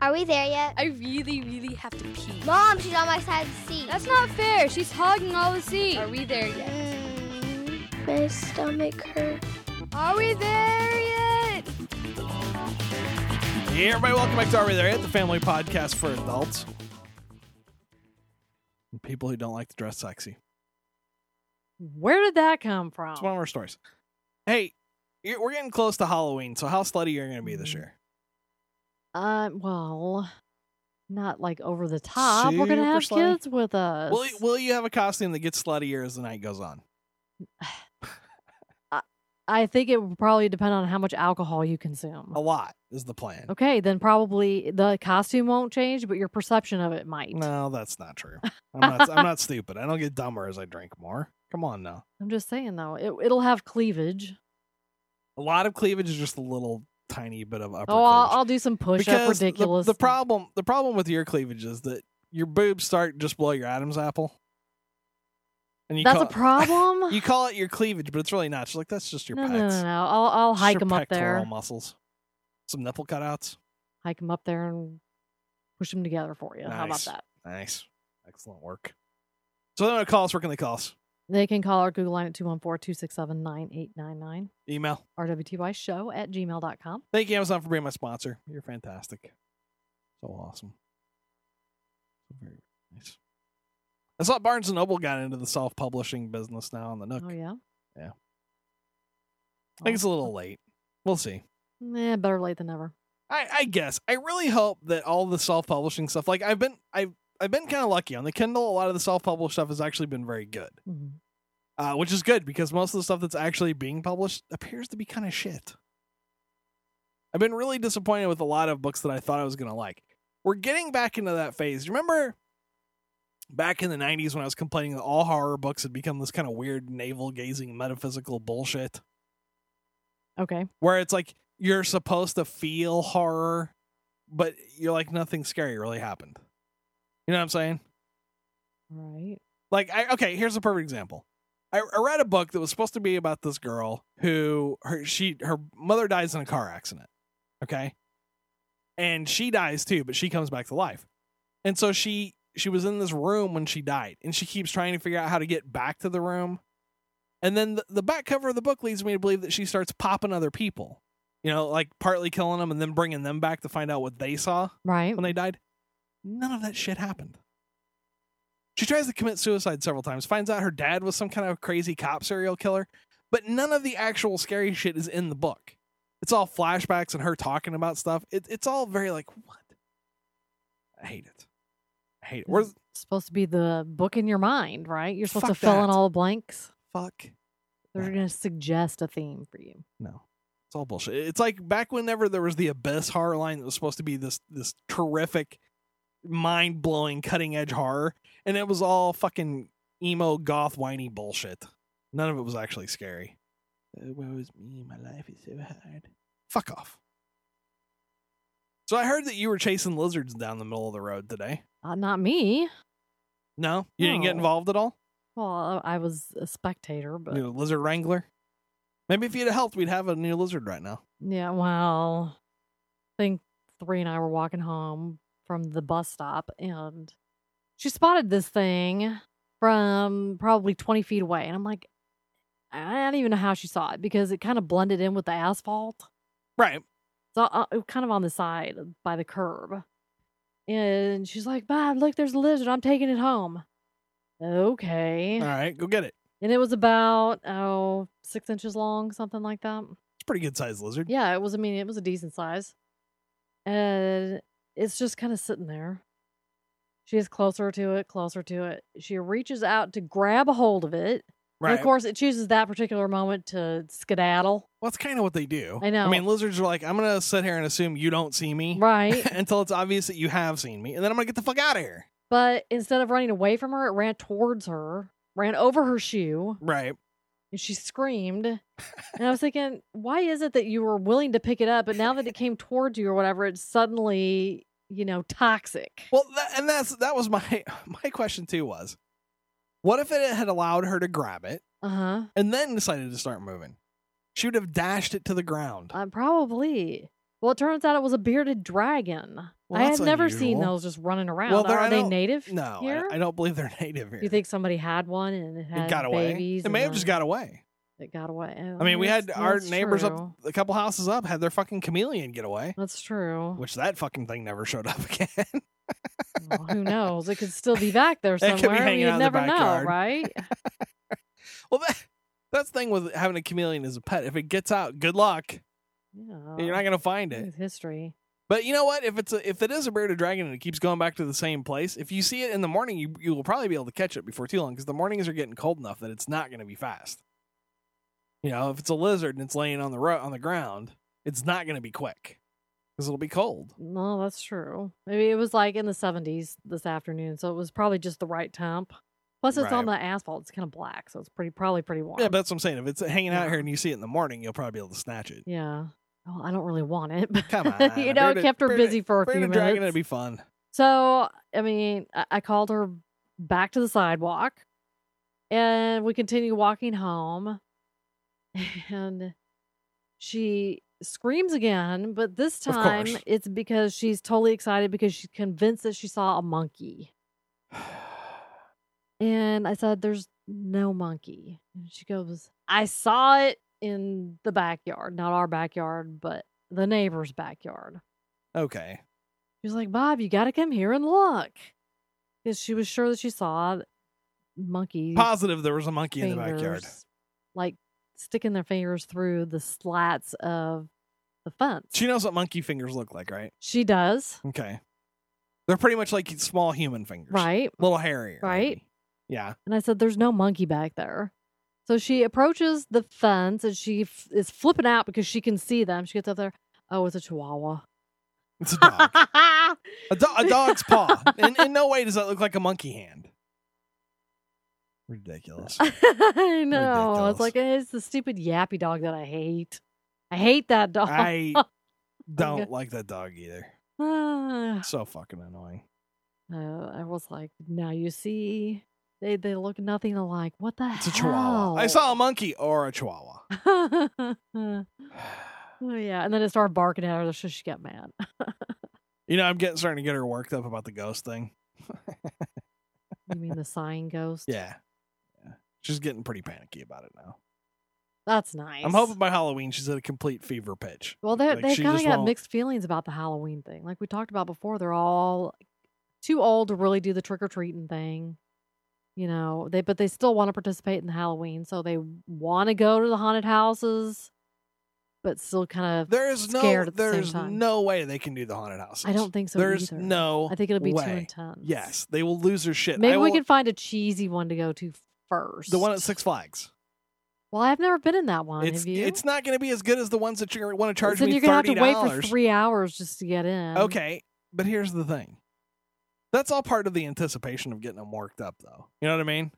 Are we there yet? I really, really have to pee. Mom, she's on my side of the seat. That's not fair. She's hogging all the seat. Are we there yet? Mm, my stomach hurts. Are we there yet? Hey, everybody, welcome back to Are We There Yet, the family podcast for adults. And people who don't like to dress sexy. Where did that come from? It's one of our stories. Hey, you're, we're getting close to Halloween, so how slutty you are going to be this year? Uh, well, not like over the top. We're gonna have Super slutty? kids with us. Will, you- will you have a costume that gets sluttier as the night goes on? I think it would probably depend on how much alcohol you consume. A lot is the plan. Okay, then probably the costume won't change, but your perception of it might. No, that's not true. I'm not, I'm not stupid. I don't get dumber as I drink more. Come on now. I'm just saying though, it, it'll have cleavage. A lot of cleavage is just a little tiny bit of upper Oh, I'll, cleavage. I'll do some push up because the- ridiculous. The, problem the problem with your cleavage is that your boobs start just below your Adam's apple. And you That's call a problem. you call it your cleavage, but it's really not. She's like, that's just your no, pecs. no, no, no. I'll I'll Just hike your them up pectoral there. muscles. Some nipple cutouts. Hike them up there and push them together for you. How about Nice. that? Nice. Excellent work. So they want to call us. Where can they call us? They can call our Google line at 214 267 9899. Email. rwty show at gmail.com Thank you, Amazon, for being my sponsor. You're fantastic. So awesome. So very nice. I saw Barnes and Noble got into the self publishing business now on the Nook. oh yeah Yeah. I think it's a little late. We'll see. yeah Eh, better late than never I, I guess. I really hope that all the self publishing stuff like I've been I've I've been kind of lucky on the Kindle. A lot of the self published stuff has actually been very good, Mhm. uh, which is good because most of the stuff that's actually being published appears to be kind of shit. I've been really disappointed with a lot of books that I thought I was going to like. We're getting back into that phase. Remember back in the 90s when I was complaining that all horror books had become this kind of weird navel gazing metaphysical bullshit? okay where it's like you're supposed to feel horror, but you're like nothing scary really happened. You know what I'm saying? right Like, I okay, here's a perfect example. I, I read a book that was supposed to be about this girl who her she her mother dies in a car accident. Okay, and she dies too, but she comes back to life, and so she she was in this room when she died, and she keeps trying to figure out how to get back to the room. And then the, the back cover of the book leads me to believe that she starts popping other people, you know, like partly killing them and then bringing them back to find out what they saw right when they died. None of that shit happened. She tries to commit suicide several times, finds out her dad was some kind of crazy cop serial killer, but none of the actual scary shit is in the book. It's all flashbacks and her talking about stuff. It, it's all very like, what? I hate it. I hate it. Where's It's supposed to be the book in your mind right you're supposed Fuck to fill in that. all the blanks fuck? they're Yeah. going to suggest a theme for you No. It's all bullshit. It's like back whenever there was the Abyss horror line that was supposed to be this this terrific, mind blowing, cutting edge horror, and it was all fucking emo goth whiny bullshit. None of it was actually scary. Uh, woe is me, my life is so hard. Fuck off. So I heard that you were chasing lizards down the middle of the road today. uh, not me No, you didn't get No. involved at all. well i I was a spectator but You a lizard wrangler. Maybe if you'd have helped, we'd have a new lizard right now. yeah well i think three and i were walking home from the bus stop and she spotted this thing from probably 20 feet away and i'm like i don't even know how she saw it because it kind of blended in with the asphalt Right. So uh, uh, kind of on the side by the curb. And she's like, Bob, look, there's a lizard. I'm taking it home. Okay. All right. Go get it. And it was about, oh, six inches long, something like that. It's a pretty good sized lizard. Yeah, it was, I mean, it was a decent size. And it's just kind of sitting there. She is closer to it, closer to it. She reaches out to grab a hold of it. And Right. of course, it chooses that particular moment to skedaddle. well, that's kind of what they do. I know. I mean, lizards are like, I'm going to sit here and assume you don't see me Right. until it's obvious that you have seen me, and then I'm going to get the fuck out of here. But instead of running away from her, it ran towards her, ran over her shoe, Right. and she screamed. and I was thinking, why is it that you were willing to pick it up, but now that it came towards you or whatever, it's suddenly, you know, toxic? Well, that, and that's that was my my question too was, what if it had allowed her to grab it Uh huh. and then decided to start moving? She would have dashed it to the ground. Uh, probably. Well, it turns out it was a bearded dragon. Well, I had that's never seen unusual. those just running around. Well, they're- I Are they don't- native? No, I- here? I, don't believe they're native here. You think somebody had one and it had it got away? babies? it may and have just then got away. It got away. Oh, I mean, we that's- had our that's neighbors up true. a couple houses up had their fucking chameleon get away, That's true. which that fucking thing never showed up again. Well, who knows? It could still be back there could be somewhere. hanging You'd out in the never know, backyard. right? well, that, that's the thing with having a chameleon as a pet. If it gets out, good luck. Yeah. You're not going to find it. It's history. But you know what? If it's a, if it is a bearded dragon and it keeps going back to the same place, if you see it in the morning, you you will probably be able to catch it before too long because the mornings are getting cold enough that it's not going to be fast. You know, if it's a lizard and it's laying on the ro- on the ground, it's not going to be quick because it'll be cold. No, that's true. Maybe it was like in the 70s this afternoon, so it was probably just the right temp. Plus, it's on the asphalt. It's kind of black, so it's pretty probably pretty warm. Yeah, but that's what I'm saying. If it's hanging out Yeah. here and you see it in the morning, you'll probably be able to snatch it. Yeah. Well, I don't really want it. But Come you on, know, it bearded- kept her bearded- busy for a few Bearded minutes. dragon, it'd be fun. So, I mean, I, I called her back to the sidewalk and we continue walking home. And she screams again, but this Of time course. it's because she's totally excited because she's convinced that she saw a monkey. And I said, There's no monkey. And she goes, I saw it in the backyard, not our backyard, but the neighbor's backyard. Okay, She was like, Bob, you got to come here and look. Because she was sure that she saw monkey positive there was a monkey in the backyard. fingers, like sticking their fingers through the slats of the fence. She knows what monkey fingers look like, right? She does, Okay. They're pretty much like small human fingers. right? Little hairier. Right. maybe. Yeah. And I said, There's no monkey back there. So she approaches the fence and she f- is flipping out because she can see them. She gets up there. Oh, it's a chihuahua. It's a dog. a, do- a dog's paw. In, in no way does that look like a monkey hand. Ridiculous. I know. I Ridiculous. was like, it's the stupid yappy dog that I hate. I hate that dog. I don't like that dog either. Ah. So fucking annoying. Uh, I was like, now you see, they they look nothing alike. What the It's a hell? chihuahwa. I saw a monkey or a chihuahwa. oh yeah, and then it started barking at her, so she got mad. You know, I'm getting starting to get her worked up about the ghost thing. You mean the sighing ghost? Yeah. yeah. She's getting pretty panicky about it now. that's nice. I'm hoping by Halloween she's at a complete fever pitch. Well, they like, they she kind of just got won't- mixed feelings about the Halloween thing. Like we talked about before, they're all too old to really do the trick or treating thing. You know, they but they still want to participate in the Halloween, so they want to go to the haunted houses, but still kind of. There is no Scared at the same there's time. no way they can do the haunted house. I don't think so. There's either. no I think it'll be too way. intense. Yes, they will lose their shit. Maybe I we will- could find a cheesy one to go to first. the one at Six Flags. Well, I've never been in that one. It's have you? it's not going to be as good as the ones that you're going to want to charge then me you're gonna have thirty to wait for dollars. three hours just to get in. Okay, but here's the thing. That's all part of the anticipation of getting them worked up, though. You know what I mean?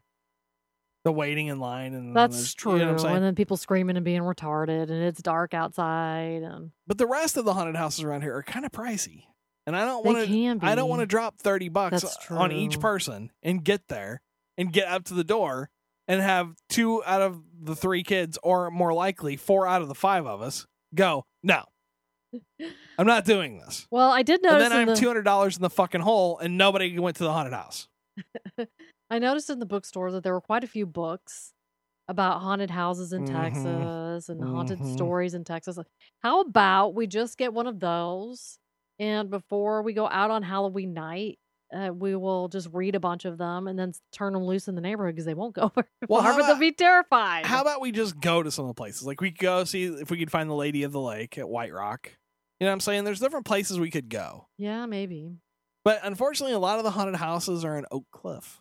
The waiting in line and That's the, true. You know what I'm saying? and then people screaming and being retarded, and it's dark outside, and But the rest of the haunted houses around here are kind of pricey, and I don't they want to. can be. I don't want to drop thirty bucks That's on each true. person and get there and get up to the door and have two out of the three kids, or more likely four out of the five of us, go. No, I'm not doing this. Well, I did And notice. then in I'm the, two hundred dollars in the fucking hole, and nobody went to the haunted house. I noticed in the bookstore that there were quite a few books about haunted houses in Mhm. Texas and haunted Mhm. stories in Texas. How about we just get one of those and before we go out on Halloween night, uh, we will just read a bunch of them and then s- turn them loose in the neighborhood because they won't go very Well, far, how but they'll about- be terrified. How about we just go to some of the places? Like we could go see if we could find the Lady of the Lake at White Rock. You know what I'm saying? There's different places we could go. yeah, maybe. But unfortunately, a lot of the haunted houses are in Oak Cliff.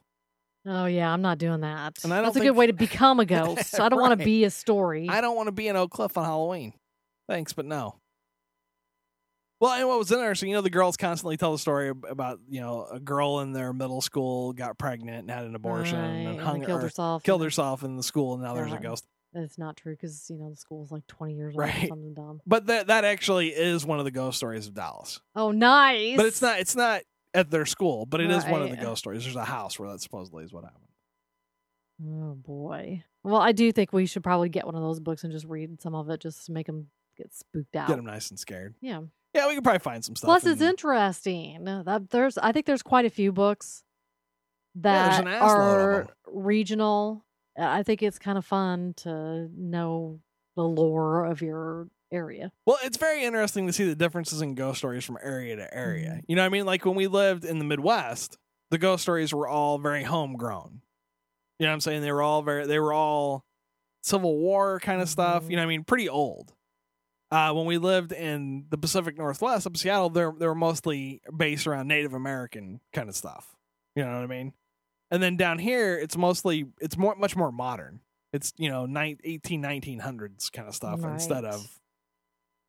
Oh yeah, I'm not doing that. And I That's don't a good way to think- become a ghost. I don't want Right. to be a story. I don't want to be in Oak Cliff on Halloween. Thanks, but no. Well, and what was interesting, you know, the girls constantly tell the story ab- about, you know, a girl in their middle school got pregnant and had an abortion Right, and and hung killed or herself. killed and- herself in the school, and now there's a God. ghost. It's not true because you know the school's like twenty years old Right. or something dumb. But that that actually is one of the ghost stories of Dallas. Oh, nice. But it's not it's not at their school, but it is one of the Right. ghost stories. There's a house where that supposedly is what happened. Oh boy. Well, I do think we should probably get one of those books and just read some of it, just to make them get spooked out. Get them nice and scared. Yeah. Yeah, we could probably find some stuff. Plus, it's in interesting. uh, That there's, I think there's quite a few books Yeah, there's that an assload of are 'em. regional. Uh, I think it's kind of fun to know the lore of your area. Well, it's very interesting to see the differences in ghost stories from area to area. You know what I mean? Like when we lived in the Midwest, the ghost stories were all very homegrown. You know what I'm saying? They were all very they were all Civil War kind of stuff. Mhm. You know what I mean? Pretty old. Uh, when we lived in the Pacific Northwest up in Seattle, they they were mostly based around Native American kind of stuff. You know what I mean? And then down here, it's mostly it's more much more modern. It's you know nine, 18 1900s kind of stuff instead Right. of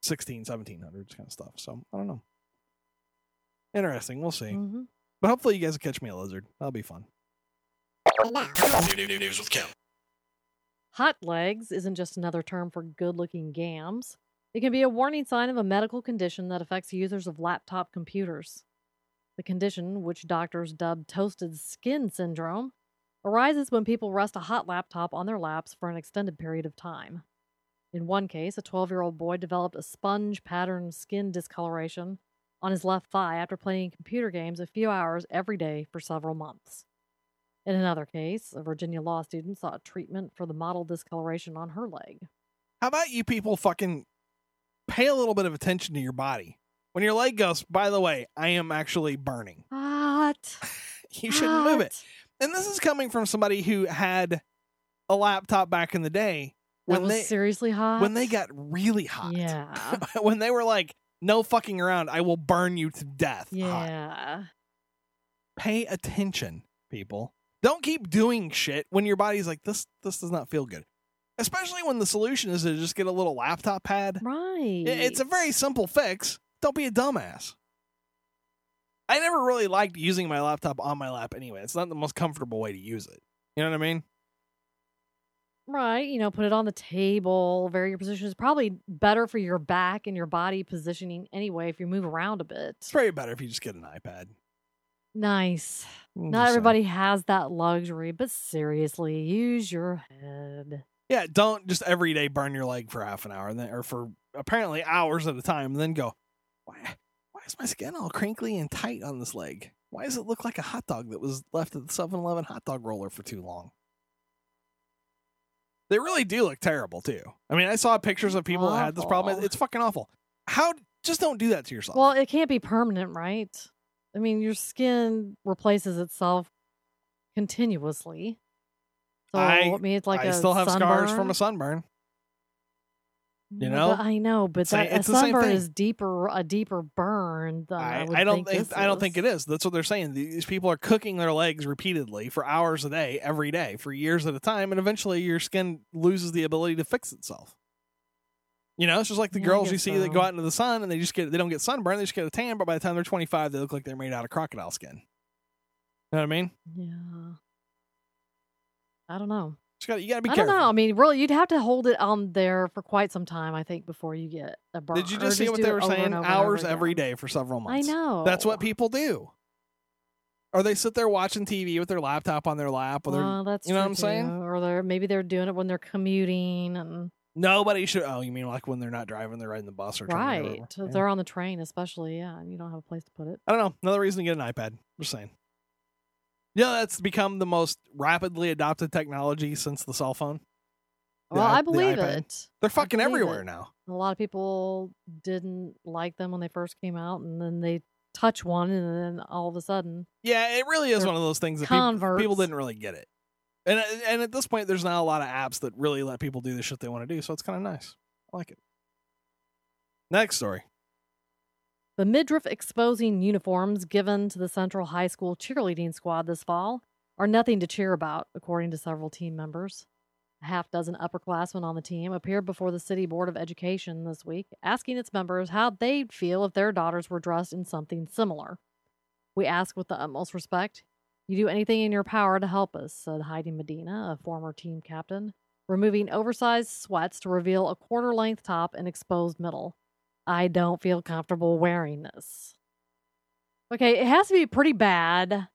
16 1700s kind of stuff so i don't know interesting we'll see hmm but hopefully you guys will catch me a lizard that'll be fun Hot legs isn't just another term for good looking gams. It can be a warning sign of a medical condition that affects users of laptop computers. The condition, which doctors dub toasted skin syndrome, arises when people rest a hot laptop on their laps for an extended period of time. In one case, a 12 year old boy developed a sponge pattern skin discoloration on his left thigh after playing computer games a few hours every day for several months. In another case, a Virginia law student sought treatment for the model discoloration on her leg. how about you people fucking pay a little bit of attention to your body when your leg goes by the way i am actually burning Hot. you shouldn't move it and this is coming from somebody who had a laptop back in the day That when was they seriously hot. when they got really hot Yeah. when they were like no fucking around i will burn you to death hot. yeah. pay attention, people. Don't keep doing shit when your body's like this. This does not feel good, especially when the solution is to just get a little laptop pad. Right. I- It's a very simple fix. Don't be a dumbass. I never really liked using my laptop on my lap anyway. It's not the most comfortable way to use it. You know what I mean? Right. You know, put it on the table, vary your position. It's probably better for your back and your body positioning anyway if you move around a bit. It's probably better if you just get an iPad. Nice. I'm just Not saying. everybody has that luxury, but seriously, use your head. Yeah, don't just every day burn your leg for half an hour and then, or for apparently hours at a time, and then go, why, why is my skin all crinkly and tight on this leg? Why does it look like a hot dog that was left at the 7 Eleven hot dog roller for too long? They really do look terrible, too. I mean, I saw pictures of people that had this problem. Awful. It's fucking awful. How, just don't do that to yourself. Well, it can't be permanent, right? I mean, your skin replaces itself continuously. So I- I, mean, it's like I a still have scars from sunburn. a sunburn. you No, but know? I know, but Sa- that, a it's the same sunburn thing. is deeper, a deeper burn than I, I, would I don't Think think this I don't think is. it is. That's what they're saying. These people are cooking their legs repeatedly for hours a day, every day, for years at a time, and eventually your skin loses the ability to fix itself. You know, it's just like the Yeah, I girls you guess see that go so. out into the sun and they just get they don't get sunburned, they just get a tan, but by the time they're twenty five, they look like they're made out of crocodile skin. You know what I mean? Yeah. I don't know. Just gotta, you gotta be I don't careful. know. I mean, really, you'd have to hold it on there for quite some time, I think, before you get a burn. Did you or just see what do they it were over and saying? over and Hours over every again. day for several I months. know. That's what people do. Or they sit there watching TV with their laptop on their lap, or their Well, that's you know true what I'm saying? too. Or they're maybe they're doing it when they're commuting and Nobody should. Oh, you mean like when they're not driving, they're riding the bus or train or right. whatever. So Yeah. They're on the train, especially yeah, and you don't have a place to put it. I don't know. Another reason to get an iPad. Just saying. You know, that's become the most rapidly adopted technology since the cell phone. The Well, i- I the believe iPad. it. They're fucking believe everywhere it. now. A lot of people didn't like them when they first came out, and then they touch one, and then all of a sudden, Yeah, it really is They're one of those things that people, converts. people didn't really get it. And and at this point, there's not a lot of apps that really let people do the shit they want to do. So it's kind of nice. I like it. Next story. the midriff exposing uniforms given to the Central High School cheerleading squad this fall are nothing to cheer about, according to several team members. A half dozen upperclassmen on the team appeared before the City Board of Education this week, asking its members how they'd feel if their daughters were dressed in something similar. We ask with the utmost respect. You do anything in your power to help us, said Heidi Medina, a former team captain, removing oversized sweats to reveal a quarter length top and exposed middle. I don't feel comfortable wearing this. Okay, it has to be pretty bad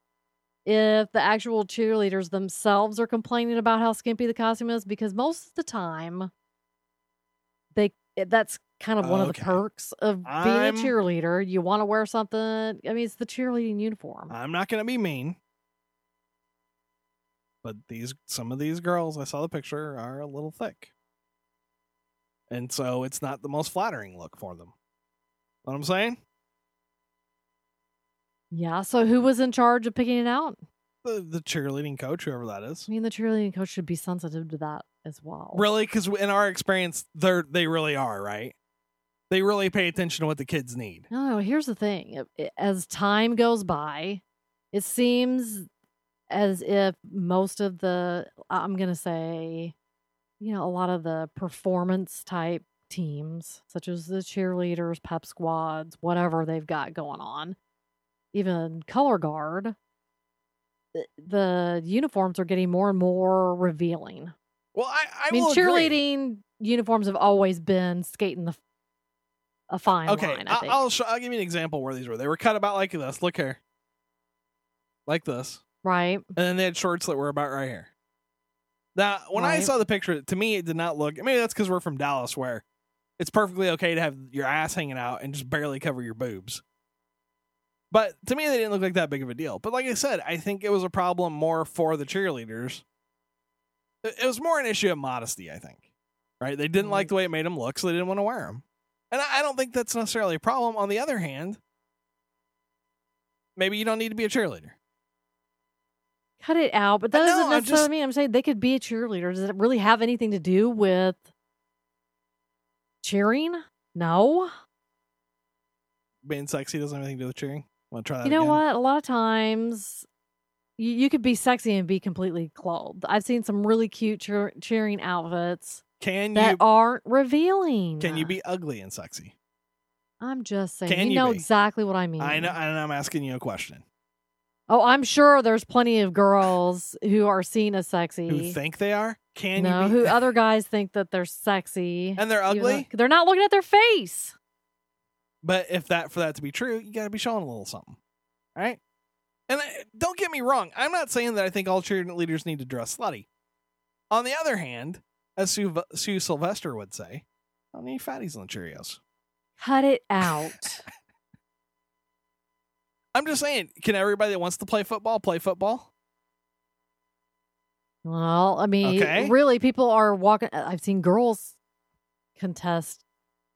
if the actual cheerleaders themselves are complaining about how skimpy the costume is because most of the time they it- that's kind of one of Okay. the perks of I'm- being a cheerleader. You want to wear something. I mean, it's the cheerleading uniform. I'm not gonna be mean. But these some of these girls I saw the picture are a little thick. And so it's not the most flattering look for them. What I'm saying? yeah. So who was in charge of picking it out? The the cheerleading coach, whoever that is. I mean, the cheerleading coach should be sensitive to that as well. Really? Because in our experience, they're they really are right. They really pay attention to what the kids need. No, here's the thing. It- it- As time goes by, it seems as if most of the, I- I'm going to say, you know, a lot of the performance type teams, such as the cheerleaders, pep squads, whatever they've got going on, even color guard, th- the uniforms are getting more and more revealing. Well, I I, I, mean, will agree. cheerleading uniforms have always been skating the f- a fine Okay, line. I I think. I'll show, I'll give you an example where these were. They were cut about like this. Look here, like this. right? and then they had shorts that were about right here. Now, when I Right. saw the picture, to me it did not look. Maybe that's because we're from Dallas, where it's perfectly okay to have your ass hanging out and just barely cover your boobs. But to me, they didn't look like that big of a deal. But like I said, I think it was a problem more for the cheerleaders. It it was more an issue of modesty, I think. Right? They didn't like Right. the way it made them look, so they didn't want to wear them. And I I don't think that's necessarily a problem. On the other hand, maybe you don't need to be a cheerleader. Cut it out, but I that doesn't know, I'm necessarily just- mean I'm saying they could be a cheerleader. Does it really have anything to do with cheering? No. being sexy doesn't have anything to do with cheering. Want to try that? You know again? what? A lot of times you, you could be sexy and be completely clothed. I've seen some really cute cheer- cheering outfits Can that you aren't revealing. can you be ugly and sexy? I'm just saying. Can you, you know be? exactly what I mean. I know, and I'm asking you a question. Oh, I'm sure there's plenty of girls who are seen as sexy. Who think they are? Can no, you be? who other guys think that they're sexy. and they're even though- ugly. they're not looking at their face. But if that for that to be true, you got to be showing a little something, right? And I, don't get me wrong, I'm not saying that I think all cheerleaders need to dress slutty. On the other hand, as Sue, Sue Sylvester would say, I don't need fatties on the Cheerios. Cut it out. I'm just saying, can everybody that wants to play football play football? well, I mean, Okay. really, people are walking. uh, I've seen girls contest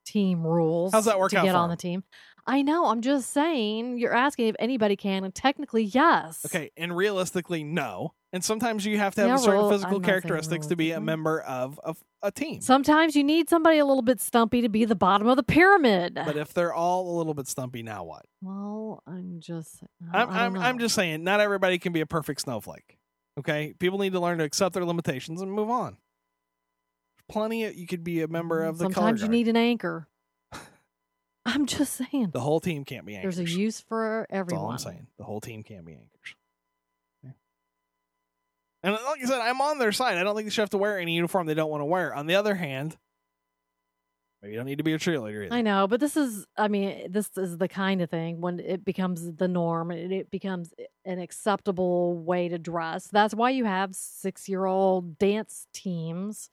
team rules. How's that work to out get for on 'em? the team? I know. I'm just saying. You're asking if anybody can, and technically, yes. Okay, and realistically, no. And sometimes you have to have Yeah, a certain well, physical I'm not saying Mm-hmm. characteristics to be a realistically. member of a, a team. Sometimes you need somebody a little bit stumpy to be the bottom of the pyramid. but if they're all a little bit stumpy, now what? Well, I'm just. I I'm don't- I I'm, don't I'm know. just saying, not everybody can be a perfect snowflake. Okay, people need to learn to accept their limitations and move on. Plenty of you could be a member of the color Mm-hmm. Sometimes you guard. need an anchor. I'm just saying. the whole team can't be anchors. There's a use for That's all everyone. I'm saying. The whole team can't be anchors. Okay. And uh, like I said, I'm on their side. I don't think they should have to wear any uniform they don't want to wear. On the other hand, maybe you don't need to be a cheerleader either. I know, but this is. I mean, this is the kind of thing when it becomes the norm and it becomes an acceptable way to dress. That's why you have six-year-old dance teams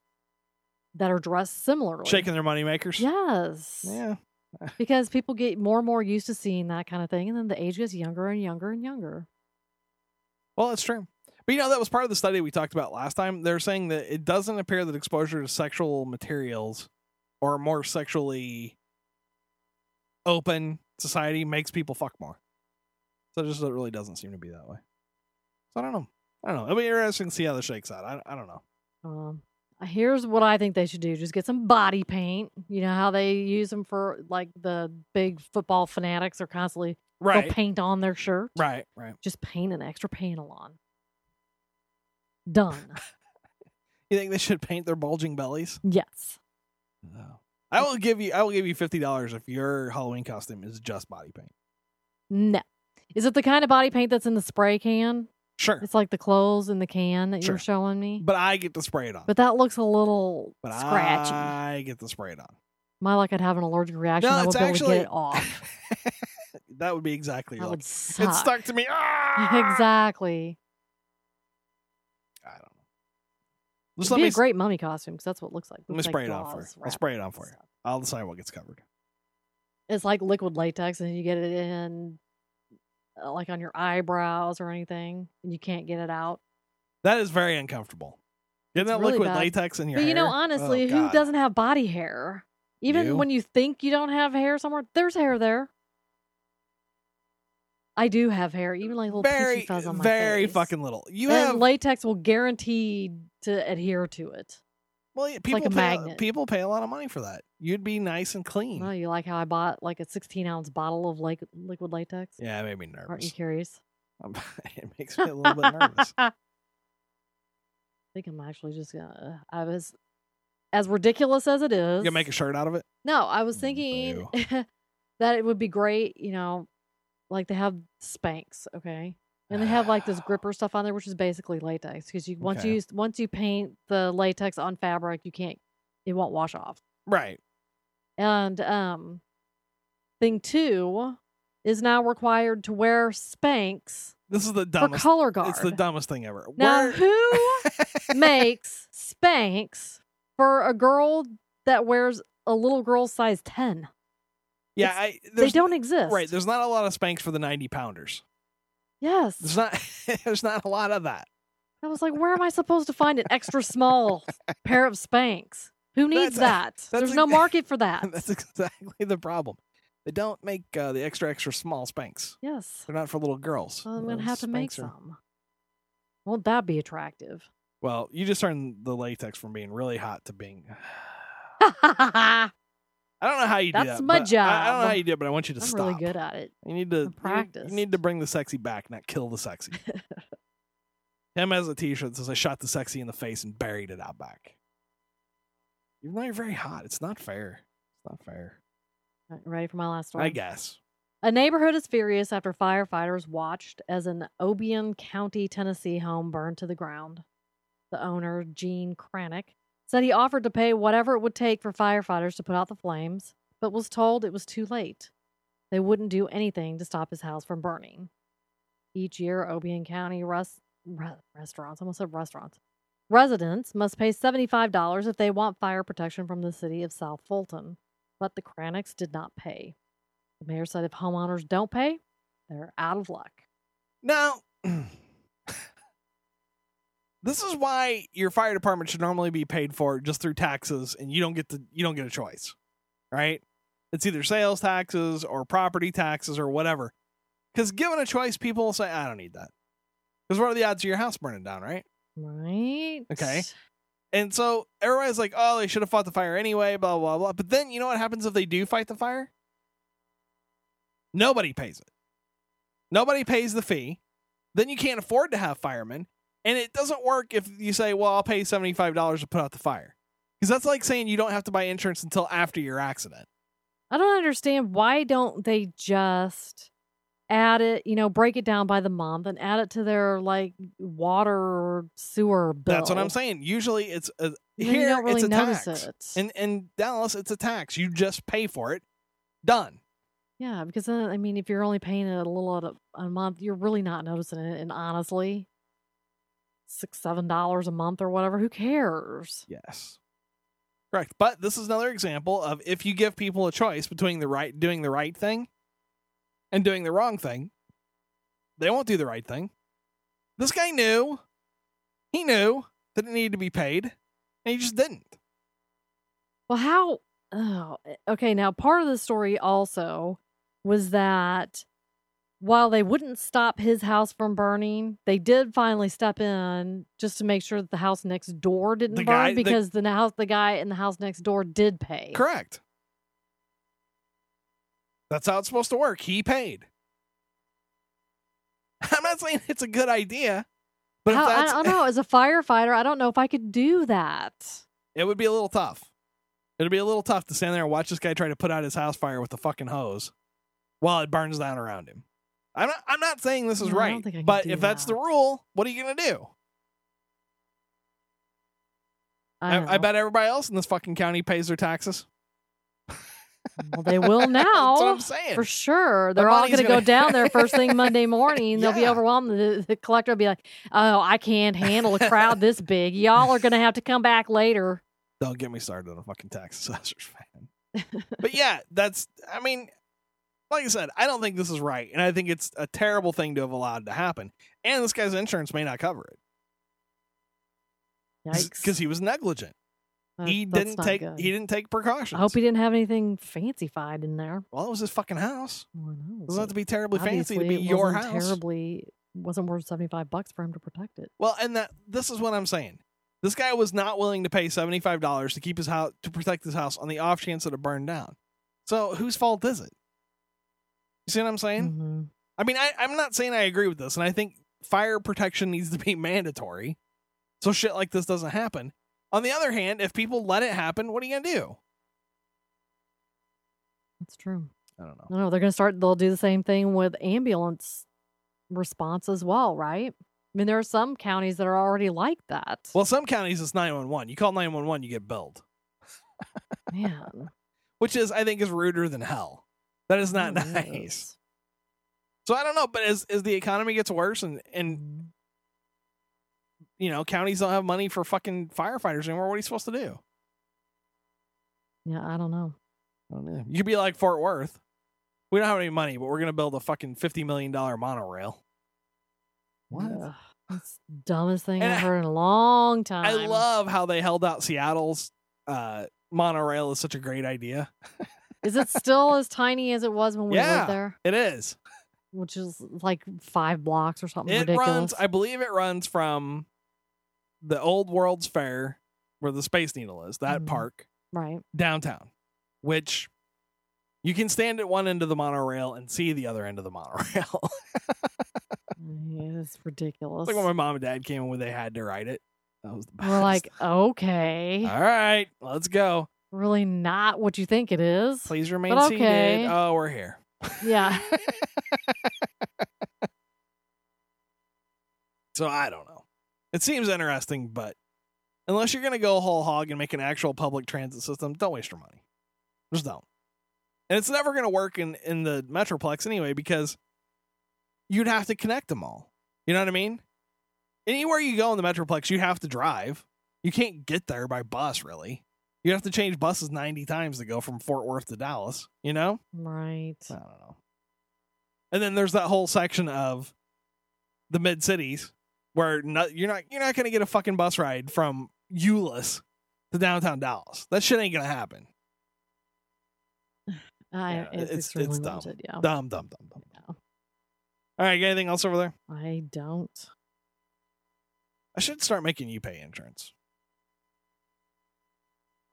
that are dressed similarly. Shaking their moneymakers. Yes. Yeah. Because people get more and more used to seeing that kind of thing, and then the age gets younger and younger and younger. Well, that's true. But you know, that was part of the study we talked about last time. They're saying that it doesn't appear that exposure to sexual materials or a more sexually open society makes people fuck more. So it just really doesn't seem to be that way. So I don't know. I don't know. It'll be interesting to see how this shakes out. I, I don't know. Um, here's what I think they should do: just get some body paint. You know how they use them for like the big football fanatics are constantly they'll paint on their shirt. Right. Right. Just paint an extra panel on. Done. You think they should paint their bulging bellies? yes. No. I will give you. I will give you fifty dollars if your Halloween costume is just body paint. No. Is it the kind of body paint that's in the spray can? Sure, It's like the clothes in the can that Sure. you're showing me. but I get to spray it on. But that looks a little But scratchy. I get to spray it on. My luck, I'd have an allergic reaction. No, I it's won't be able to actually- get it off. That would be exactly That like would it's suck. stuck to me. Ah! exactly. I don't know. Just It'd let be me a great mummy costume because that's what it looks like. let me Looks like spray it on for you. gauze I'll wrapped spray it in on for you. stuff. I'll decide what gets covered. It's like liquid latex, and you get it in, uh, like on your eyebrows or anything, and you can't get it out. That is very uncomfortable. Getting that It's really liquid bad. latex in your But hair. you know, Oh, honestly, who God. doesn't have body hair? Even You? when you think you don't have hair somewhere, there's hair there. I do have hair, even like little Very, peachy fuzz on my very face. fucking little. You and have latex will guarantee to adhere to it. well, yeah, people a pay, magnet. People pay a lot of money for that. You'd be nice and clean. Well, you like how I bought like a 16 ounce bottle of like liquid latex? Yeah, it made me Aren't you nervous. curious? Um, it makes me a little bit nervous. I think I'm actually just gonna. I was as ridiculous as it You is. gonna make a shirt out of it? No, I was Mm, thinking that it would be great, you know, like they have Spanx, okay? And they have like this gripper stuff on there, which is basically latex. Because you once Okay. you once you paint the latex on fabric, you can't it won't wash off. Right. And um thing two is now required to wear Spanx This is the for dumbest. color guard. It's the dumbest thing ever. now We're- who makes Spanx for a girl that wears a little girl size ten? yeah, I, there's- they don't exist. Right. There's not a lot of spanks for the 90 pounders. Yes. There's not. there's not a lot of that. I was like, where am I supposed to find an extra small pair of Spanx? Who needs that? that's There's a- no market for that. That's exactly the problem. They don't make uh, the extra extra small spanks. yes. They're not for little girls. Well, I'm going to Those have to make Spanx are- some. Won't that be attractive? Well, you just turned the latex from being really hot to being. I'm I don't know how you do That's that, my but I, I don't know job. how you do it, but I want you to stop. really good at it. You need to you- practiced. You need to bring the sexy back, not kill the sexy. Him has a T-shirt that says "I shot the sexy in the face and buried it out back." Even though you're very hot, it's not fair. It's not fair. All right, Ready for my last one? I guess. A neighborhood is furious after firefighters watched as an Obion County, Tennessee home burned to the ground. The owner, Gene Cranick, said he offered to pay whatever it would take for firefighters to put out the flames, but was told it was too late. They wouldn't do anything to stop his house from burning. Each year, Obion County res- re- restaurants, I almost said restaurants, residents must pay $75 if they want fire protection from the city of South Fulton, but the Cranicks did not pay. The mayor said if homeowners don't pay, they're out of luck. Now, this is why your fire department should normally be paid for just through taxes, and you don't get to you don't get a choice, right? It's either sales taxes or property taxes or whatever. Because given a choice, people will say, "I don't need that." Because what are the odds of your house burning down, right? Right? Okay. And so everybody's like, "Oh, they should have fought the fire anyway." Blah blah blah. But then you know what happens if they do fight the fire? Nobody pays it. Nobody pays the fee. Then you can't afford to have firemen, and it doesn't work if you say, "Well, I'll pay seventy five dollars to put out the fire," because that's like saying you don't have to buy insurance until after your accident. I don't understand why don't they just add it, you know, break it down by the month and add it to their like water or sewer bill. That's what I'm saying. Usually, it's a, You know, here you don't really it's a notice tax. it. In in Dallas, it's a tax. You just pay for it. Done. yeah, because then I mean if you're only paying it a little at a, a month, you're really not noticing it. And honestly, six, seven dollars a month or whatever, who cares? Yes. Correct. But this is another example of if you give people a choice between the right doing the right thing and doing the wrong thing, they won't do the right thing. This guy knew. He knew that it needed to be paid, and he just didn't. Well, how? Oh, okay. Now, part of the story also was that while they wouldn't stop his house from burning, they did finally step in just to make sure that the house next door didn't The burn guy- the- because the house, the guy in the house next door did pay. Correct. That's how it's supposed to work. He paid. I'm not saying it's a good idea, but How- if I, that's, I don't know. As a firefighter, I don't know if I could do that. it would be a little tough. It'd be a little tough to stand there and watch this guy try to put out his house fire with a fucking hose while it burns down around him. I'm not, I'm not saying this is No, I don't right, think I can but do if that's the that. rule, what are you going to do? I, don't I, I know. bet everybody else in this fucking county pays their taxes. Well, they will that's what now. I'm saying. For sure. They're all money's going to go gonna- down there first thing Monday morning. They'll be Yeah. overwhelmed. The, the collector will be like, oh, I can't handle a crowd this big. Y'all are going to have to come back later. Don't get me started on fucking tax assessors, man. but yeah, that's I mean, like I said, I don't think this is right, and I think it's a terrible thing to have allowed to happen. And this guy's insurance may not cover it Yikes. because he was negligent. That- he that's didn't not take good. he didn't take precautions. I hope he didn't have anything fancified in there. well, it was his fucking house. Well, I know, It doesn't but have to be terribly fancy to obviously be it your wasn't house. Terribly wasn't worth seventy five bucks for him to protect it. Well, and that this is what I'm saying. This guy was not willing to pay seventy five dollars to keep his house to protect his house on the off chance that it burned down. So whose fault is it? You see what I'm saying? Mhm. I mean, I, I'm not saying I agree with this, and I think fire protection needs to be mandatory, so shit like this doesn't happen. On the other hand, if people let it happen, what are you gonna do? That's true. I don't know. No, they're gonna start. They'll do the same thing with ambulance response as well, right? I mean, there are some counties that are already like that. Well, some counties it's 911. You call 911, you get billed, man, which is I think is ruder than hell. That is not that Oh, nice. is- So I don't know, but as as the economy gets worse and and Mhm. you know counties don't have money for fucking firefighters anymore, what are you supposed to do? Yeah, I don't know. I don't know. You could be like Fort Worth. We don't have any money, but we're gonna build a fucking fifty million dollar monorail. Ugh, that's the dumbest thing And I've I- heard in a long time. Eh. I love how they held out Seattle's uh, monorail is such a great idea. Is it still as tiny as it was when we Yeah. lived there? It is. Which is like five blocks or something it ridiculous. runs. I believe it runs from the old World's Fair, where the Space Needle is, that Mhm. park right. downtown, which you can stand at one end of the monorail and see the other end of the monorail. Yeah, it's ridiculous. It's like when my mom and dad came when they had to ride it. That was the best. We're like, okay, all right, let's go. really not what you think it is. Please remain But okay. seated. Oh, we're here. Yeah. So I don't know. It seems interesting, but unless you're going to go whole hog and make an actual public transit system, don't waste your money. Just don't. And it's never going to work in, in the Metroplex anyway because you'd have to connect them all. You know what I mean? Anywhere you go in the Metroplex, you have to drive. You can't get there by bus, really. You have to change buses 90 times to go from Fort Worth to Dallas, you know? Right. I don't know. And then there's that whole section of the mid cities where no, you're not you're not gonna get a fucking bus ride from Euless to downtown Dallas. That shit ain't gonna happen. I, Yeah, it's, it's- it's extremely dumb. limited. Yeah. Dumb, dumb, dumb, dumb. Yeah. All right, got anything else over there? I don't. I should start making you pay insurance.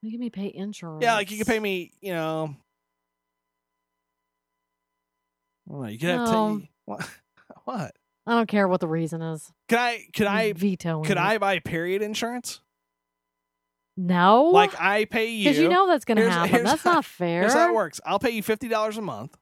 You can me pay insurance. Yeah, like you could pay me, you know. I don't know, you could have No. to what, what? I don't care what the reason is. Could I could I I'm vetoing. could it. I buy period insurance? No. Like I pay you because you know that's gonna Here's- happen. here's that's how- not fair. Here's how it works. I'll pay you fifty dollars a month.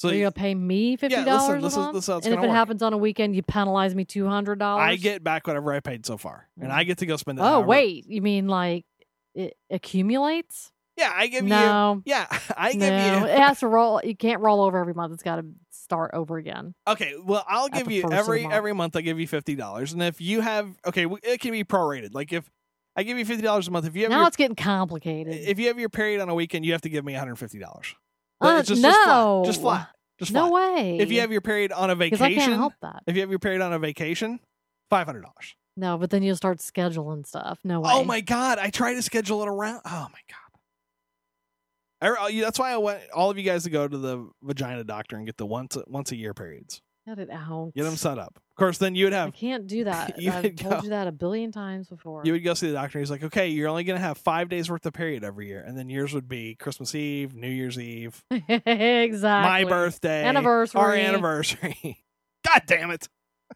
So So you're you, gonna pay me fifty listen, dollars a this is- month, this is how it's and if gonna it work. happens on a weekend, you penalize me two hundred dollars. I get back whatever I paid so far, and I get to go spend. it Oh however- wait, you mean like it accumulates? yeah, I give you. no, Yeah, I give no, you. it has to roll. You can't roll over every month. It's got to start over again. Okay, well, I'll give the you first of the every month. every month. I give you fifty dollars, and if you have okay, w- it can be prorated. Like if I give you fifty dollars a month, if you have now your, it's getting complicated. if you have your period on a weekend, you have to give me one hundred fifty dollars. Uh, just, no, just flat, just flat, just no flat. way. If you have your period on a because I can't vacation, help that. if you have your period on a vacation, five hundred dollars. No, but then you'll start scheduling stuff. No way. Oh my god! I try to schedule it around. Oh my god! I, I- that's why I want all of you guys to go to the vagina doctor and get the once once a year periods. Get it out. Get them set up. Of course, then you would I have can't do that. You I've would told go- you that a billion times before. you would go see the doctor. He's like, okay, you're only gonna have five days worth of period every year, and then yours would be Christmas Eve, New Year's Eve, my exactly. birthday, Anniversary. our anniversary. god damn it!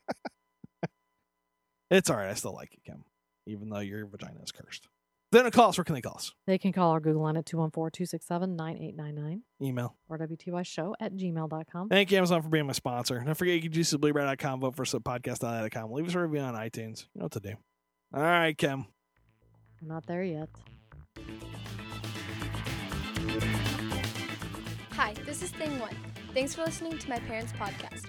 it's all right. I still like you, Kim, even though your vagina is cursed. Then a call us. Where can they call us? They can call or Google on at 214-267-9899 Email. or WTYshow at gmail.com. Thank you, Amazon, for being my sponsor. Don't forget you can juice bluebrad.com, vote for subpodcast.com. Leave us a review on iTunes. You know what to do. All right, Kim. I'm not there yet. Hi, this is Thing One. Thanks for listening to my parents' podcast.